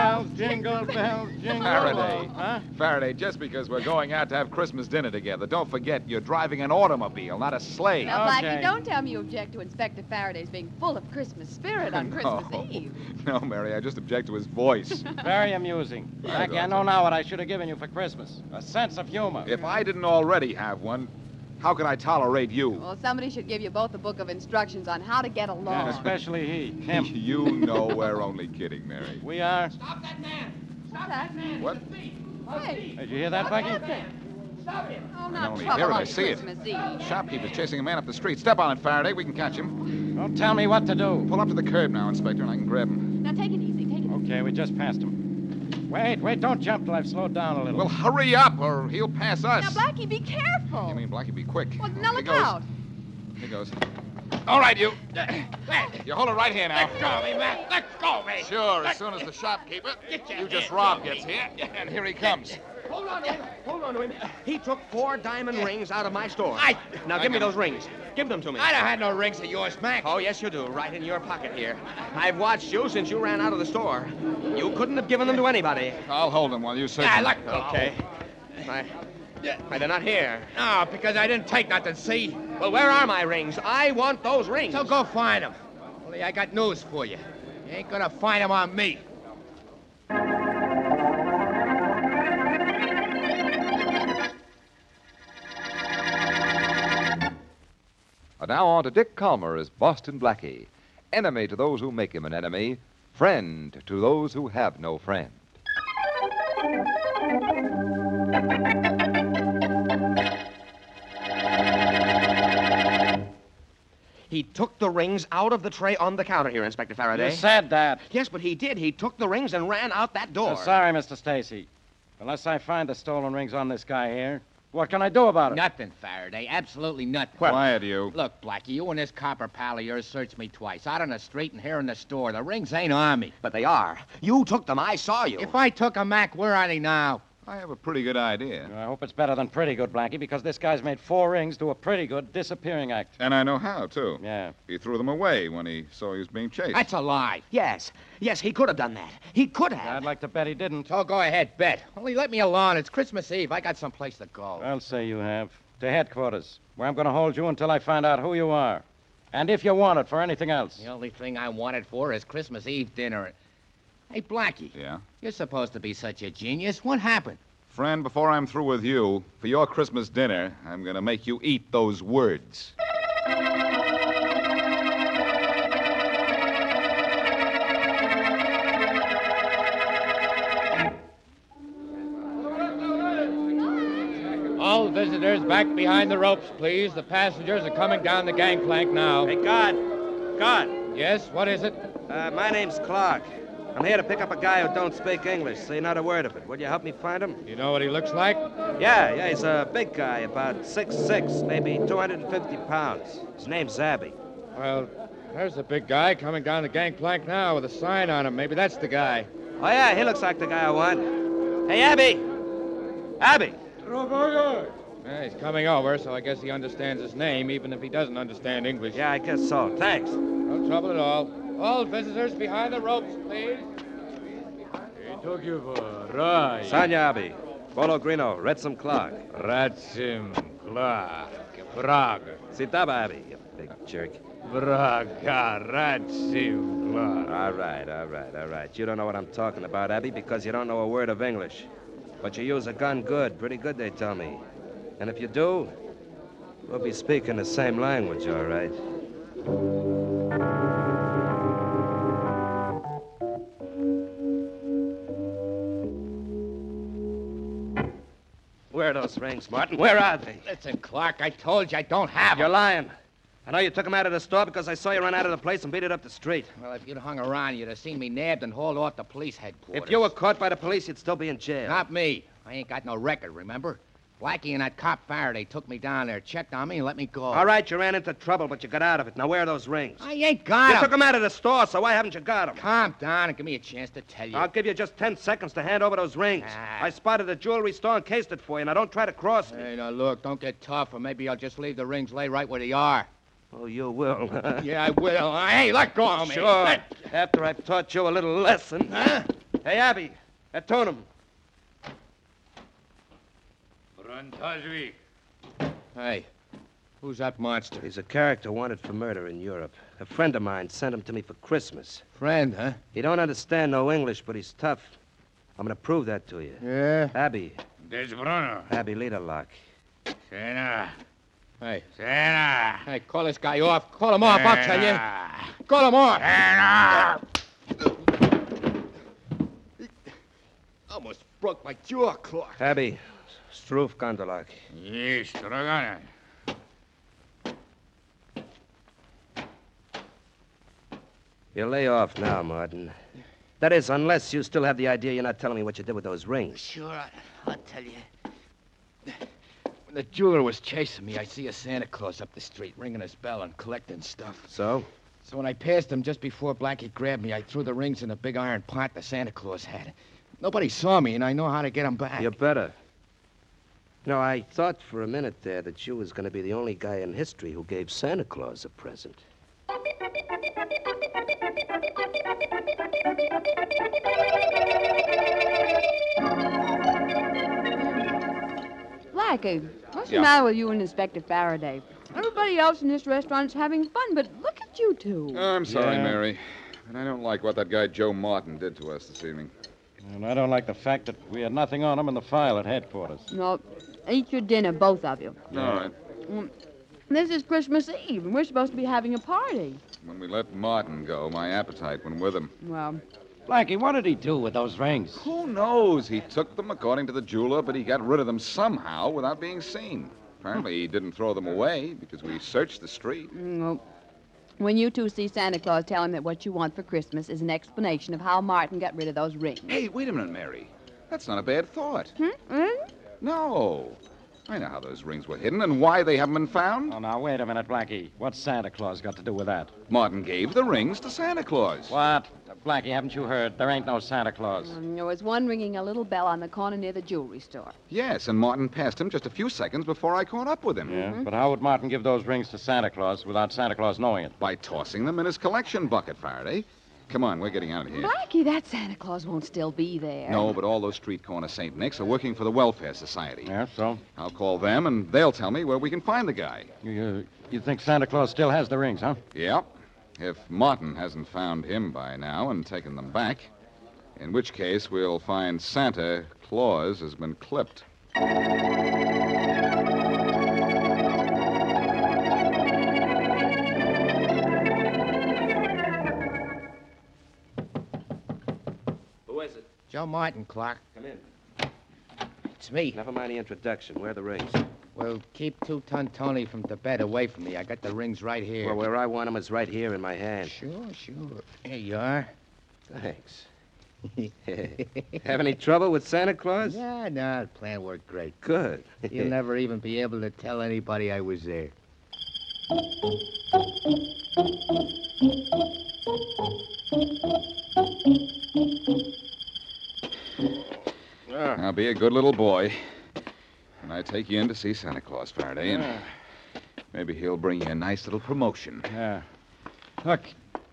What the hell's jingle Faraday. bells, Huh? Faraday, just because we're going out to have Christmas dinner together, don't forget you're driving an automobile, not a sleigh. No. Now, Okay. Blackie, don't tell me you object to Inspector Faraday's being full of Christmas spirit on Christmas Oh, No. Eve. No, Mary, I just object to his voice. Very amusing. Right, Blackie, I know now what I should have given you for Christmas a sense of humor. if I didn't already have one, how could I tolerate you? Well, somebody should give you both a book of instructions on how to get Yeah, along. especially he, him. You know we're only kidding, Mary. We are. Stop that man! Stop that that man! What? He's a thief! Hey, Did you hear that, Stop that Blackie? man! Stop him! oh, I can not only trouble hear it, I on see it. Christmas Eve. Shopkeeper's chasing a man up the street. Step on it, Faraday. We can catch him. Don't tell me what to do. Pull up to the curb now, Inspector, and I can grab him. Now, take it easy. Take Oh, it Okay, we just passed him. Wait, wait, don't jump till I've slowed down a little. Well, hurry up, or he'll pass us. Now, Blackie, be careful. You mean Blackie, be quick. well, Here now look goes. out. Here goes. All right, you. You hold it right here now. Let go of me, man! Let go of me! Sure, as Let- soon as the shopkeeper Get your you just hands robbed off gets me. here, and here he comes. Hold on to him. Hold on to him. He took four diamond rings out of my store. I- Now I give me got 'em. those rings. Give them to me. I don't have no rings of yours, Mac. Oh, yes, you do. Right in your pocket here. I've watched you since you ran out of the store. You couldn't have given them to anybody. I'll hold him while you search. Ah, him. look. Okay. I, I, they're not here. No, because I didn't take nothing, see? Well, where are my rings? I want those rings. So go find him. Only I got news for you. You ain't gonna find him on me. And now on to Dick Calmer as Boston Blackie, enemy to those who make him an enemy, friend to those who have no friend. He took the rings out of the tray on the counter here, Inspector Faraday. You said that. Yes, but he did. He took the rings and ran out that door. Oh, sorry, Mr. Stacy. Unless I find the stolen rings on this guy here, what can I do about it? Nothing, Faraday. Absolutely nothing. Quiet, you. Look, Blackie, you and this copper pal of yours searched me twice. Out on the street and here in the store. The rings ain't on me. But they are. You took them. I saw you. If I took a Mac, where are they now? I have a pretty good idea, I hope it's better than pretty good, Blackie, because this guy's made four rings do a pretty good disappearing act. and I know how too. Yeah. He threw them away when he saw he was being chased. That's a lie. Yes. Yes, he could have done that. He could have. I'd like to bet he didn't. Oh, So go ahead, bet. Only let me alone. It's Christmas Eve. I got someplace to go. Uh. I'll say you have. To headquarters, where I'm going to hold you until I find out who you are. And if you want it for anything else. the only thing I wanted for is Christmas Eve dinner. Hey, Blackie, Yeah. you're supposed to be such a genius. What happened? Friend, before I'm through with you, for your Christmas dinner, I'm gonna make you eat those words. All visitors back behind the ropes, please. The passengers are coming down the gangplank now. Hey, God. God. Yes, what is it? Uh, my name's Clark. I'm here to pick up a guy who don't speak English. Say not a word of it. Will you help me find him? You know what he looks like? Yeah, yeah, he's a big guy, about 6'6", maybe 250 pounds. His name's Zabby. Well, there's the big guy coming down the gangplank now with a sign on him. Maybe that's the guy. Oh, yeah, he looks like the guy I want. Hey, Abby! Abby! Yeah, he's coming over, so I guess he understands his name, even if he doesn't understand English. Yeah, I guess so. Thanks. No trouble at all. All visitors behind the ropes, please. He took you for a ride. Sonia Abby. Bolo Grino, Redsum Clark. Ratsim Clark. Praga. Sitaba Abby, you big jerk. Braga Ratsim Clark. All right, all right, all right. You don't know what I'm talking about, Abby, because you don't know a word of English. But you use a gun good, pretty good, they tell me. And if you do, we'll be speaking the same language, all right. Where are those rings, Martin? Where are they? Listen, Clark, I told you I don't have You're 'em. lying. I know you took them out of the store because I saw you run out of the place and beat it up the street. Well, if you'd hung around, you'd have seen me nabbed and hauled off to police headquarters. If you were caught by the police, you'd still be in jail. Not me. I ain't got no record, remember? Blackie and that cop Faraday took me down there, checked on me, and let me go. All right, you ran into trouble, but you got out of it. Now, where are those rings? I ain't got you 'em. took them out of the store, so why haven't you got them? Calm down and give me a chance to tell you. I'll give you just ten seconds to hand over those rings. Ah. I spotted a jewelry store and cased it for you. Now, don't try to cross me. Hey, now look, don't get tough, or maybe I'll just leave the rings lay right where they are. Oh, you will. Yeah, I will. Hey, let go of me. Sure. After I've taught you a little lesson. Huh? Hey, Abby. Atone him. Bruntasvik. Hey, who's that monster? He's a character wanted for murder in Europe. A friend of mine sent him to me for Christmas. Friend, huh? He don't understand no English, but he's tough. I'm gonna prove that to you. Yeah. Abby, There's Bruno. Abby Lederlock. Sena. Hey, Sena. hey, call this guy off. Call him off, I'll tell you. Call him off. Sena. Almost broke my jaw, Clark. Abby, Struve Kondolak. Yes, Dragana. You lay off now, Martin. That is, unless you still have the idea you're not telling me what you did with those rings. Sure, I- I'll tell you. When the jeweler was chasing me, I see a Santa Claus up the street ringing his bell and collecting stuff. So? So when I passed him just before Blackie grabbed me, I threw the rings in a big iron pot the Santa Claus had. Nobody saw me, and I know how to get them back. You're better. No, I thought for a minute there that you was going to be the only guy in history who gave Santa Claus a present. Blackie, what's Yeah. the matter with you and Inspector Faraday? Everybody else in this restaurant's having fun, but look at you two. I'm sorry, Yeah. Mary. And I don't like what that guy Joe Martin did to us this evening. And I don't like the fact that we had nothing on him in the file at headquarters. no, eat your dinner, both of you. All right. This is Christmas Eve, and we're supposed to be having a party. When we let Martin go, my appetite went with him. Well, Blackie, what did he do with those rings? Who knows? He took them according to the jeweler, but he got rid of them somehow without being seen. Apparently, he didn't throw them away because we searched the street. mm, well, when you two see Santa Claus, tell him that what you want for Christmas is an explanation of how Martin got rid of those rings. Hey, wait a minute, Mary. That's not a bad thought. Hmm? No. I know how those rings were hidden and why they haven't been found. Oh, now, wait a minute, Blackie. What's Santa Claus got to do with that? Martin gave the rings to Santa Claus. What? Blackie, haven't you heard? There ain't no Santa Claus. There was one ringing a little bell on the corner near the jewelry store. Yes, and Martin passed him just a few seconds before I caught up with him. Yeah, but how would Martin give those rings to Santa Claus without Santa Claus knowing it? By tossing them in his collection bucket, Faraday. Come on, we're getting out of here. Blackie, that Santa Claus won't still be there. No, but all those street corner St. Nicks are working for the Welfare Society. Yeah, so? I'll call them, and they'll tell me where we can find the guy. You, you, you think Santa Claus still has the rings, huh? Yep. If Martin hasn't found him by now and taken them back, in which case we'll find Santa Claus has been clipped. Who is it? Joe Martin, Clark. Come in. It's me. Never mind the introduction. Where are the rings? Well, keep Two Ton Tony from Tibet away from me. I got the rings right here. Well, where I want them is right here in my hand. Sure, sure. Here you are. Thanks. Have any trouble with Santa Claus? Yeah, no, the plan worked great. Good. You'll never even be able to tell anybody I was there. Now be a good little boy. And I take you in to see Santa Claus, Faraday, and maybe he'll bring you a nice little promotion. Yeah. Look,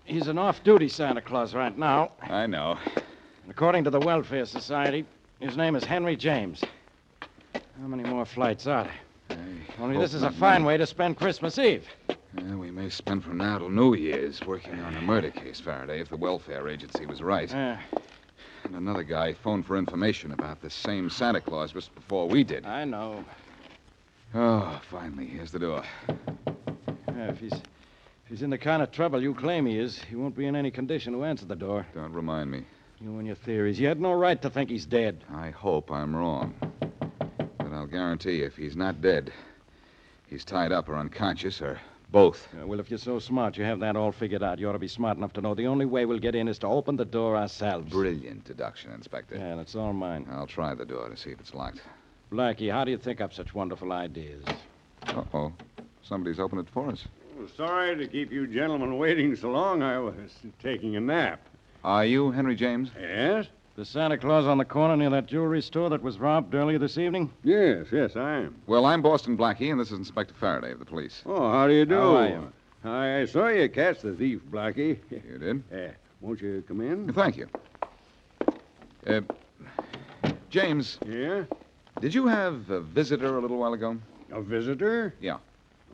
he's an off duty Santa Claus right now. I know. According to the Welfare Society, his name is Henry James. How many more flights are there? Only this hope is a not fine way to spend Christmas Eve. Yeah, we may spend from now till New Year's working on a murder case, Faraday, if the welfare agency was right. Yeah, And another guy phoned for information about this same Santa Claus just before we did. I know. Oh, finally, here's the door. Yeah, if he's if he's in the kind of trouble you claim he is, he won't be in any condition to answer the door. Don't remind me. You and your theories. You had no right to think he's dead. I hope I'm wrong. But I'll guarantee if he's not dead, he's tied up or unconscious or both. Uh, well, if you're so smart, you have that all figured out. You ought to be smart enough to know the only way we'll get in is to open the door ourselves. Brilliant deduction, Inspector. Yeah, that's all mine. I'll try the door to see if it's locked. Blackie, how do you think up such wonderful ideas? Uh oh. Somebody's opened it for us. Sorry to keep you gentlemen waiting so long. I was taking a nap. Are you Henry James? Yes? The Santa Claus on the corner near that jewelry store that was robbed earlier this evening? Yes, yes, I am. Well, I'm Boston Blackie, and this is Inspector Faraday of the police. Oh, how do you do? How are you? I, I saw you catch the thief, Blackie. You did? Eh, won't you come in? Thank you. Uh, James, Yeah? did you have a visitor a little while ago? A visitor? Yeah.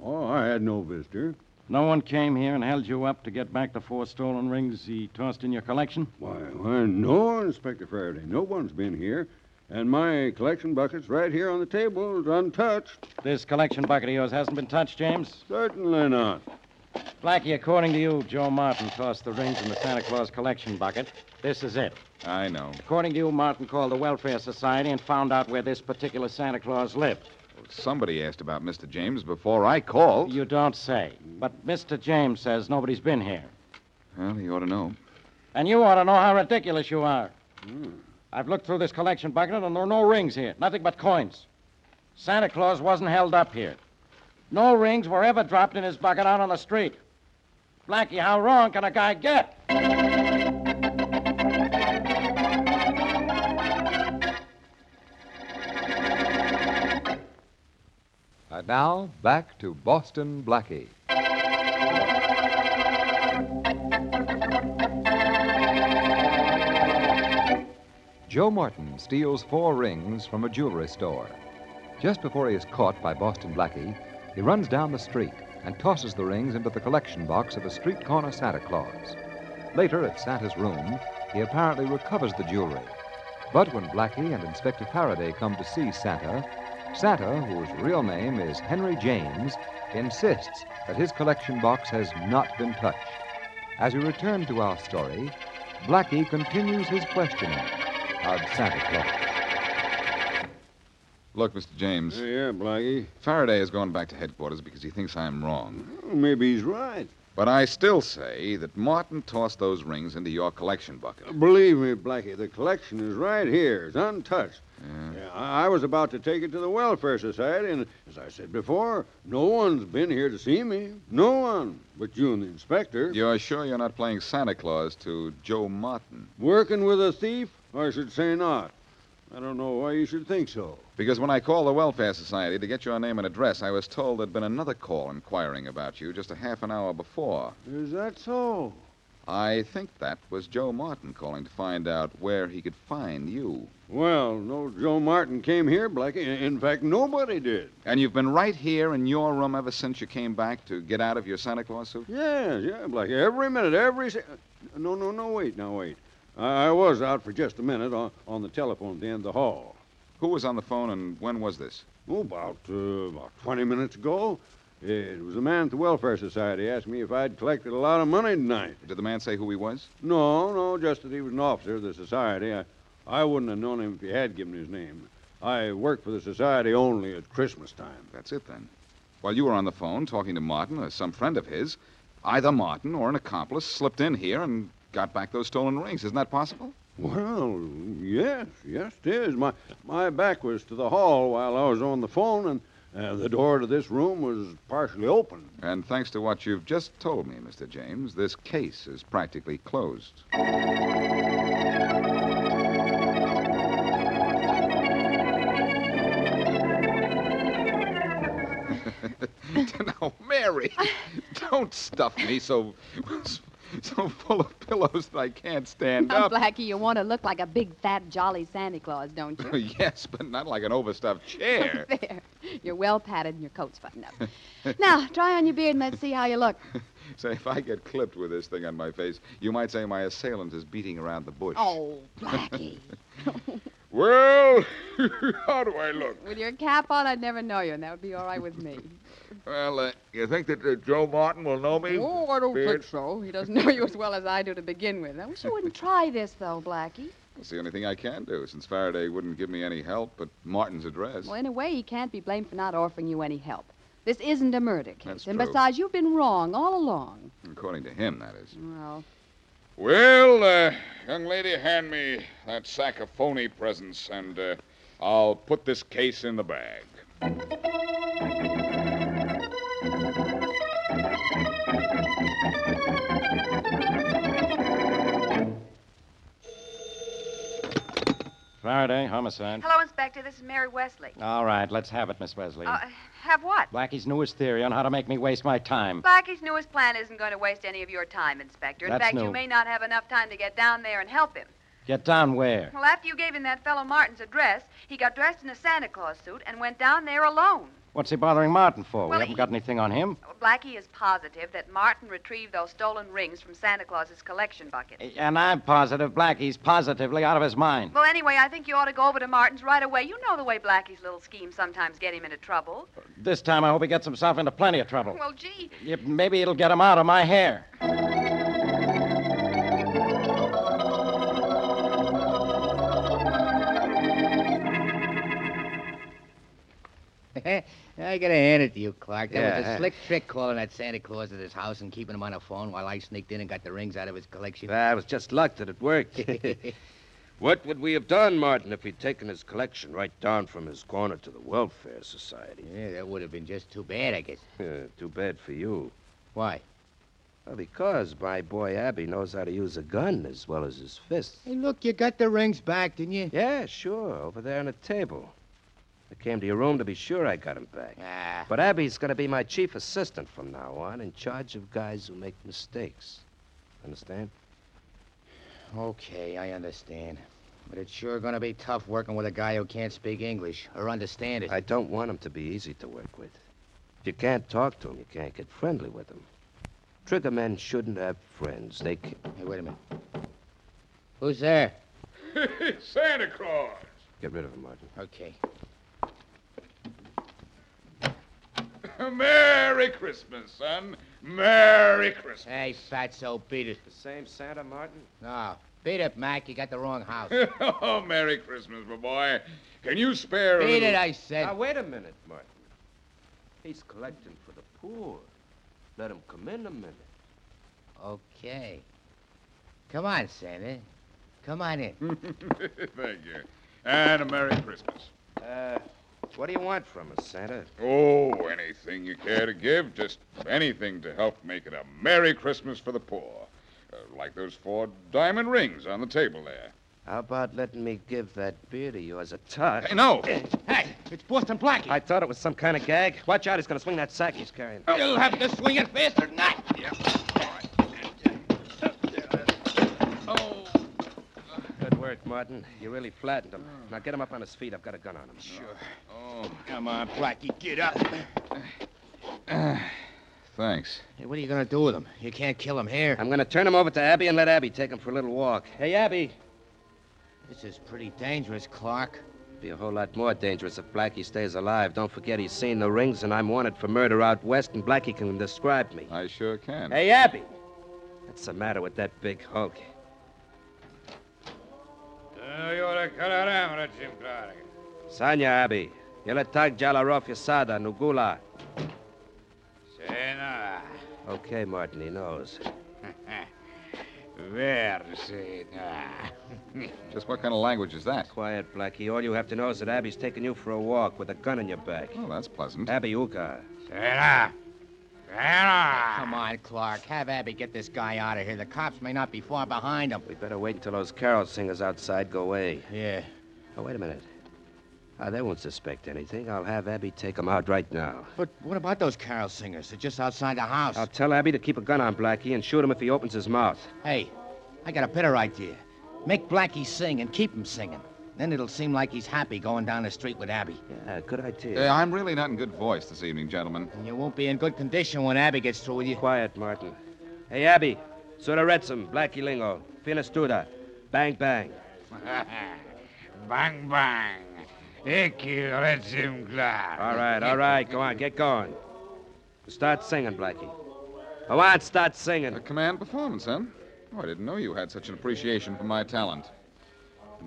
Oh, I had no visitor. No one came here and held you up to get back the four stolen rings he tossed in your collection? Why, why, no, Inspector Faraday. No one's been here. And my collection bucket's right here on the table, untouched. This collection bucket of yours hasn't been touched, James? Certainly not. Blackie, according to you, Joe Martin tossed the rings in the Santa Claus collection bucket. This is it. I know. According to you, Martin called the Welfare Society and found out where this particular Santa Claus lived. Somebody asked about Mr. James before I called. You don't say. But Mr. James says nobody's been here. Well, he ought to know. And you ought to know how ridiculous you are. I've looked through this collection bucket, and there are no rings here. Nothing but coins. Santa Claus wasn't held up here. No rings were ever dropped in his bucket out on the street. Blackie, how wrong can a guy get? And now, back to Boston Blackie. Joe Martin steals four rings from a jewelry store. Just before he is caught by Boston Blackie, he runs down the street and tosses the rings into the collection box of a street corner Santa Claus. Later, at Santa's room, he apparently recovers the jewelry. But when Blackie and Inspector Faraday come to see Santa, Santa, whose real name is Henry James, insists that his collection box has not been touched. As we return to our story, Blackie continues his questioning of Santa Claus. Look, Mr. James, Yeah, Blackie. Faraday has gone back to headquarters because he thinks I'm wrong. Well, maybe he's right. But I still say that Martin tossed those rings into your collection bucket. Believe me, Blackie, the collection is right here. It's untouched. Yeah, I I was about to take it to the Welfare Society, and as I said before, no one's been here to see me. No one but you and the inspector. You're sure you're not playing Santa Claus to Joe Martin? Working with a thief? I should say not. I don't know why you should think so. Because when I called the Welfare Society to get your name and address, I was told there'd been another call inquiring about you just a half an hour before. Is that so? I think that was Joe Martin calling to find out where he could find you. Well, no, Joe Martin came here, Blackie. In- In fact, nobody did. And you've been right here in your room ever since you came back to get out of your Santa Claus suit? Yeah, yeah, Blackie. Every minute, every. Se- no, no, no, wait, now, wait. I, I was out for just a minute on, on the telephone at the end of the hall. Who was on the phone and when was this? Oh, about, uh, about 20 minutes ago. It was a man at the Welfare Society asked me if I'd collected a lot of money tonight. Did the man say who he was? No, no, just that he was an officer of the Society. I, I wouldn't have known him if you had given his name. I work for the Society only at Christmas time. That's it then. While you were on the phone talking to Martin or some friend of his, either Martin or an accomplice slipped in here and got back those stolen rings. Isn't that possible? Well, yes, yes, it is. My, my back was to the hall while I was on the phone, and uh, the door to this room was partially open. And thanks to what you've just told me, Mr. James, this case is practically closed. now, Mary, don't stuff me so so full of pillows that I can't stand Now, up. Blackie, you want to look like a big, fat, jolly Santa Claus, don't you? yes, but not like an overstuffed chair. there. You're well padded and your coat's buttoned up. now, try on your beard and let's see how you look. Say, if I get clipped with this thing on my face, you might say my assailant is beating around the bush. Oh, Blackie. Well, how do I look? With your cap on, I'd never know you, and that would be all right with me. Well, uh, you think that uh, Joe Martin will know me? Oh, I don't Beard? think so. He doesn't know you as well as I do to begin with. I wish you wouldn't try this, though, Blackie. It's the only thing I can do, since Faraday wouldn't give me any help but Martin's address. Well, in a way, he can't be blamed for not offering you any help. This isn't a murder case. That's and true. besides, you've been wrong all along. According to him, that is. Well, Well, uh, young lady, hand me that sack of phony presents, and uh, I'll put this case in the bag. Faraday, homicide. Hello, Inspector. This is Mary Wesley. All right, let's have it, Miss Wesley. Uh, have what? Blackie's newest theory on how to make me waste my time. Blackie's newest plan isn't going to waste any of your time, Inspector. In That's fact, no- you may not have enough time to get down there and help him. Get down where? Well, after you gave him that fellow Martin's address, he got dressed in a Santa Claus suit and went down there alone. What's he bothering Martin for? Well, we haven't he- got anything on him. Well, Blackie is positive that Martin retrieved those stolen rings from Santa Claus's collection bucket. And I'm positive Blackie's positively out of his mind. Well, anyway, I think you ought to go over to Martin's right away. You know the way Blackie's little schemes sometimes get him into trouble. This time I hope he gets himself into plenty of trouble. Well, gee. Yeah, Maybe it'll get him out of my hair. I gotta hand it to you, Clark. That was Yeah. a slick trick calling that Santa Claus at his house and keeping him on the phone while I sneaked in and got the rings out of his collection. Ah, it was just luck that it worked. what would we have done, Martin, if he'd taken his collection right down from his corner to the Welfare Society? Yeah, that would have been just too bad, I guess. Yeah, too bad for you. Why? Well, because my boy Abby knows how to use a gun as well as his fists. Hey, look, you got the rings back, didn't you? Yeah, sure, over there on the table. I came to your room to be sure I got him back. Ah, But Abby's going to be my chief assistant from now on, in charge of guys who make mistakes. Understand? okay, I understand. But it's sure gonna be tough working with a guy who can't speak English or understand it. I don't want him to be easy to work with. If you can't talk to him, you can't get friendly with him. Trigger men shouldn't have friends. They can... Hey, wait a minute. Who's there? Santa Claus. get rid of him, Martin. Okay. Merry Christmas, son. Merry Christmas. Hey, fatso, beat it. The same Santa, Martin? No, beat it, Mac. You got the wrong house. oh, Merry Christmas, my boy. Can you spare a beat it, little- I said. Now, wait a minute, Martin. He's collecting for the poor. Let him come in a minute. Okay. Come on, Santa. Come on in. Thank you. And a Merry Christmas. Uh, what do you want from us, Santa? Oh, anything you care to give, just anything to help make it a Merry Christmas for the poor. Uh, like those four diamond rings on the table there. How about letting me give that beer to you as a tart? Hey, no! Hey, it's Boston Blackie. I thought it was some kind of gag. Watch out, he's gonna swing that sack he's carrying. You'll have to swing it faster than that. Good work, Martin. You really flattened him. Now get him up on his feet. I've got a gun on him. Sure. Oh, Come on, Blackie, get up. Uh, Thanks. Hey, what are you gonna do with him? You can't kill him here. I'm gonna turn him over to Abby and let Abby take him for a little walk. Hey, Abby. This is pretty dangerous, Clark. Be a whole lot more dangerous if Blackie stays alive. Don't forget he's seen the rings and I'm wanted for murder out west, and Blackie can describe me. I sure can. Hey, Abby. What's the matter with that big hulk? you ought to cut out amateur, Jim Clark. Sanya, Abby. Yele tak jalarov yasada nugula. Say no. Okay, Martin, he knows. Verse no. Just what kind of language is that? Quiet, Blackie. All you have to know is that Abby's taking you for a walk with a gun in your back. Well, that's pleasant. Abby Uka. Say no. Say Come on, Clark. Have Abby get this guy out of here. The cops may not be far behind him. We better wait until those carol singers outside go away. Yeah. Oh, wait a minute. Ah, they won't suspect anything. I'll have Abby take 'em out right now. But what about those carol singers? They're just outside the house. I'll tell Abby to keep a gun on Blackie and shoot him if he opens his mouth. Hey, I got a better idea. Make Blackie sing and keep him singing. Then it'll seem like he's happy going down the street with Abby. Yeah, good Uh, idea. I'm really not in good voice this evening, gentlemen. And you won't be in good condition when Abby gets through with you. Quiet, Martin. Hey, Abby. Sura Retsum, Blackie Lingo. Finistuda. Bang, bang. no. bang, bang. Icky, let Jim Clark. All right, all right. Go on, get going. Start singing, Blackie. Go on, start singing. A command performance, huh? Oh, I didn't know you had such an appreciation for my talent. So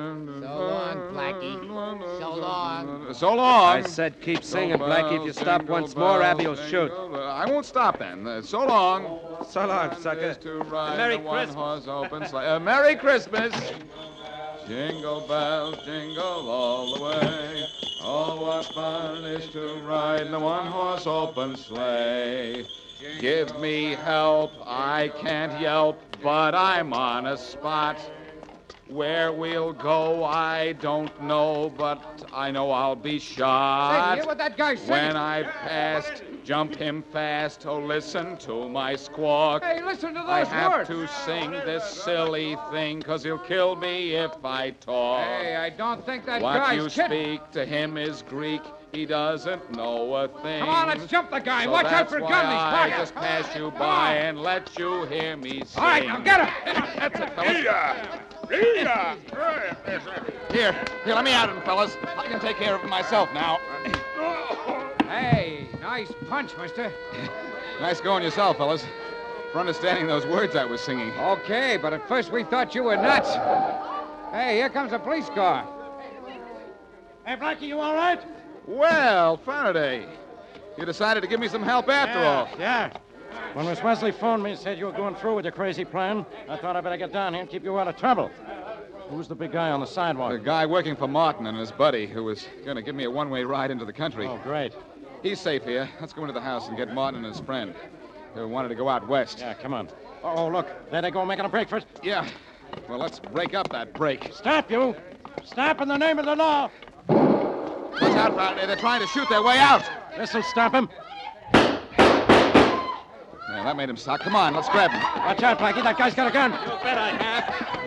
long, Blackie. So long. So long. I said keep singing, Jingle Blackie. If you bells, stop jingle once more, Abby will bells, shoot. jingle bells. I won't stop then. Uh, so long. So long, sucker. Is to ride Merry the one Christmas. horse open sleigh. Uh, Merry Christmas. Jingle bells, jingle all the way. Oh, what fun it is to ride in a one-horse open sleigh. Give me help, I can't yelp, but I'm on a spot. Where we'll go, I don't know, but I know I'll be shot. Say, hear what that guy said? When I passed, jump him fast. Oh, listen to my squawk. Hey, listen to I those have words. to sing this silly thing, cause he'll kill me if I talk. Hey, I don't think that what guy's you kidding. speak to him is Greek. He doesn't know a thing. Come on, let's jump the guy. So Watch out that's for a why gun in his I pocket. just pass you Come by on. and let you hear me sing. All right, now get him. That's it, Here, here, let me at him, fellas. I can take care of him myself now. Hey, nice punch, mister. Nice going yourself, fellas. For understanding those words I was singing. Okay, but at first we thought you were nuts. Hey, here comes a police car. Hey, Blackie, you all right? Well, Faraday, you decided to give me some help after all. Yeah. When Miss Wesley phoned me and said you were going through with your crazy plan, I thought I better get down here and keep you out of trouble. Who's the big guy on the sidewalk? The guy working for Martin and his buddy who was going to give me a one way ride into the country. Oh, great. He's safe here. Let's go into the house and get Martin and his friend who wanted to go out west. Yeah, come on. Oh, look. There they go making a break for it. Yeah. Well, let's break up that break. Stop, you. Stop in the name of the law. Watch out, Faraday. They're trying to shoot their way out. This'll stop him. Yeah, that made him stop. Come on, let's grab him. Watch out, Blackie. That guy's got a gun.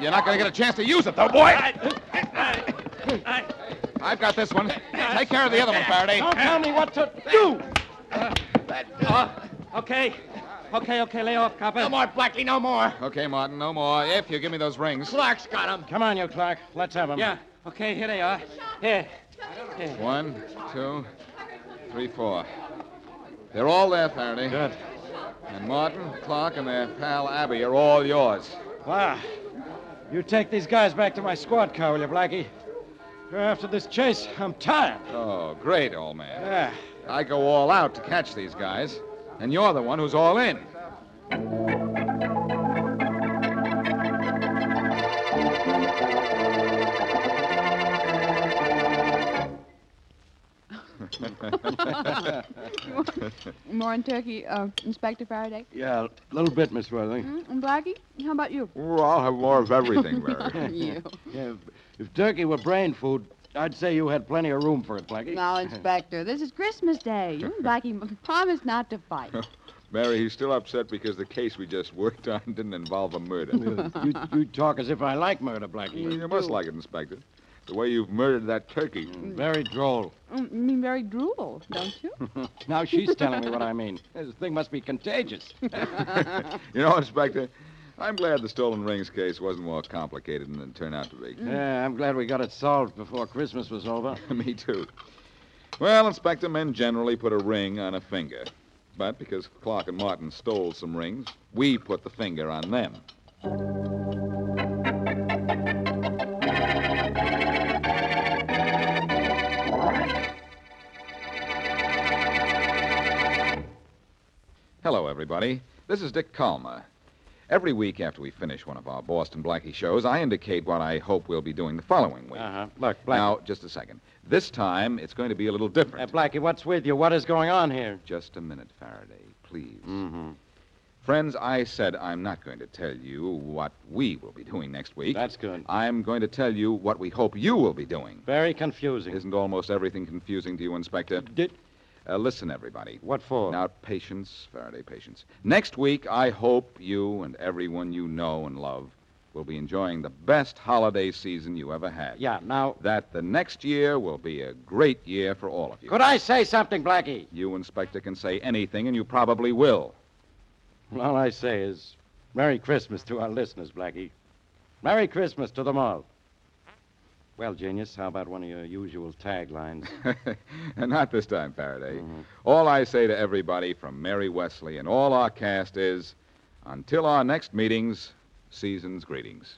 You're not going to get a chance to use it, though, boy. I've got this one. Take care of the other one, Faraday. Don't tell me what to do. Uh, okay. Okay, okay. Lay off, copper. more, Blackie, no more. Okay, Martin, no more. If you give me those rings. Clark's got him. Come on, you Clark. Let's have him. Yeah. Okay, here they are. Here. One, two, three, four. They're all there, Faraday. Good. And Martin, Clark, and their pal Abby are all yours. Wow. You take these guys back to my squad car, will you, Blackie? You're after this chase. I'm tired. Oh, great, old man. Yeah. I go all out to catch these guys, and you're the one who's all in. More in turkey, uh, Inspector Faraday. Yeah, a little bit, Miss Worthing. Mm, and Blackie, how about you? Well, I'll have more of everything, Mary. you. Yeah, if, if turkey were brain food, I'd say you had plenty of room for it, Blackie. Now, Inspector, this is Christmas Day. You and Blackie m- promise not to fight. Mary, he's still upset because the case we just worked on didn't involve a murder. you, you talk as if I like murder, Blackie. you must like it, Inspector. The way you've murdered that turkey. Very droll. Mm, you mean very drool, don't you? Now she's telling me what I mean. This thing must be contagious. You know, Inspector, I'm glad the stolen rings case wasn't more complicated than it turned out to be. Yeah, I'm glad we got it solved before Christmas was over. Me too. Well, Inspector, men generally put a ring on a finger. But because Clark and Martin stole some rings, we put the finger on them. Hello, everybody. This is Dick Calmer. Every week after we finish one of our Boston Blackie shows, I indicate what I hope we'll be doing the following week. Uh-huh. Look, Blackie. Now, just a second. This time, it's going to be a little different. Uh, Blackie, what's with you? What is going on here? Just a minute, Faraday, please. Mm-hmm. Friends, I said I'm not going to tell you what we will be doing next week. That's good. I'm going to tell you what we hope you will be doing. Very confusing. Isn't almost everything confusing to you, Inspector? Did- Uh, listen, everybody. What for? Now, patience, Faraday, patience. Next week, I hope you and everyone you know and love will be enjoying the best holiday season you ever had. yeah, now. That the next year will be a great year for all of you. Could I say something, Blackie? You, Inspector, can say anything, and you probably will. All I say is Merry Christmas to our listeners, Blackie. Merry Christmas to them all. Well, genius, how about one of your usual taglines? Not this time, Faraday. Mm-hmm. All I say to everybody from Mary Wesley and all our cast is until our next meetings, season's greetings.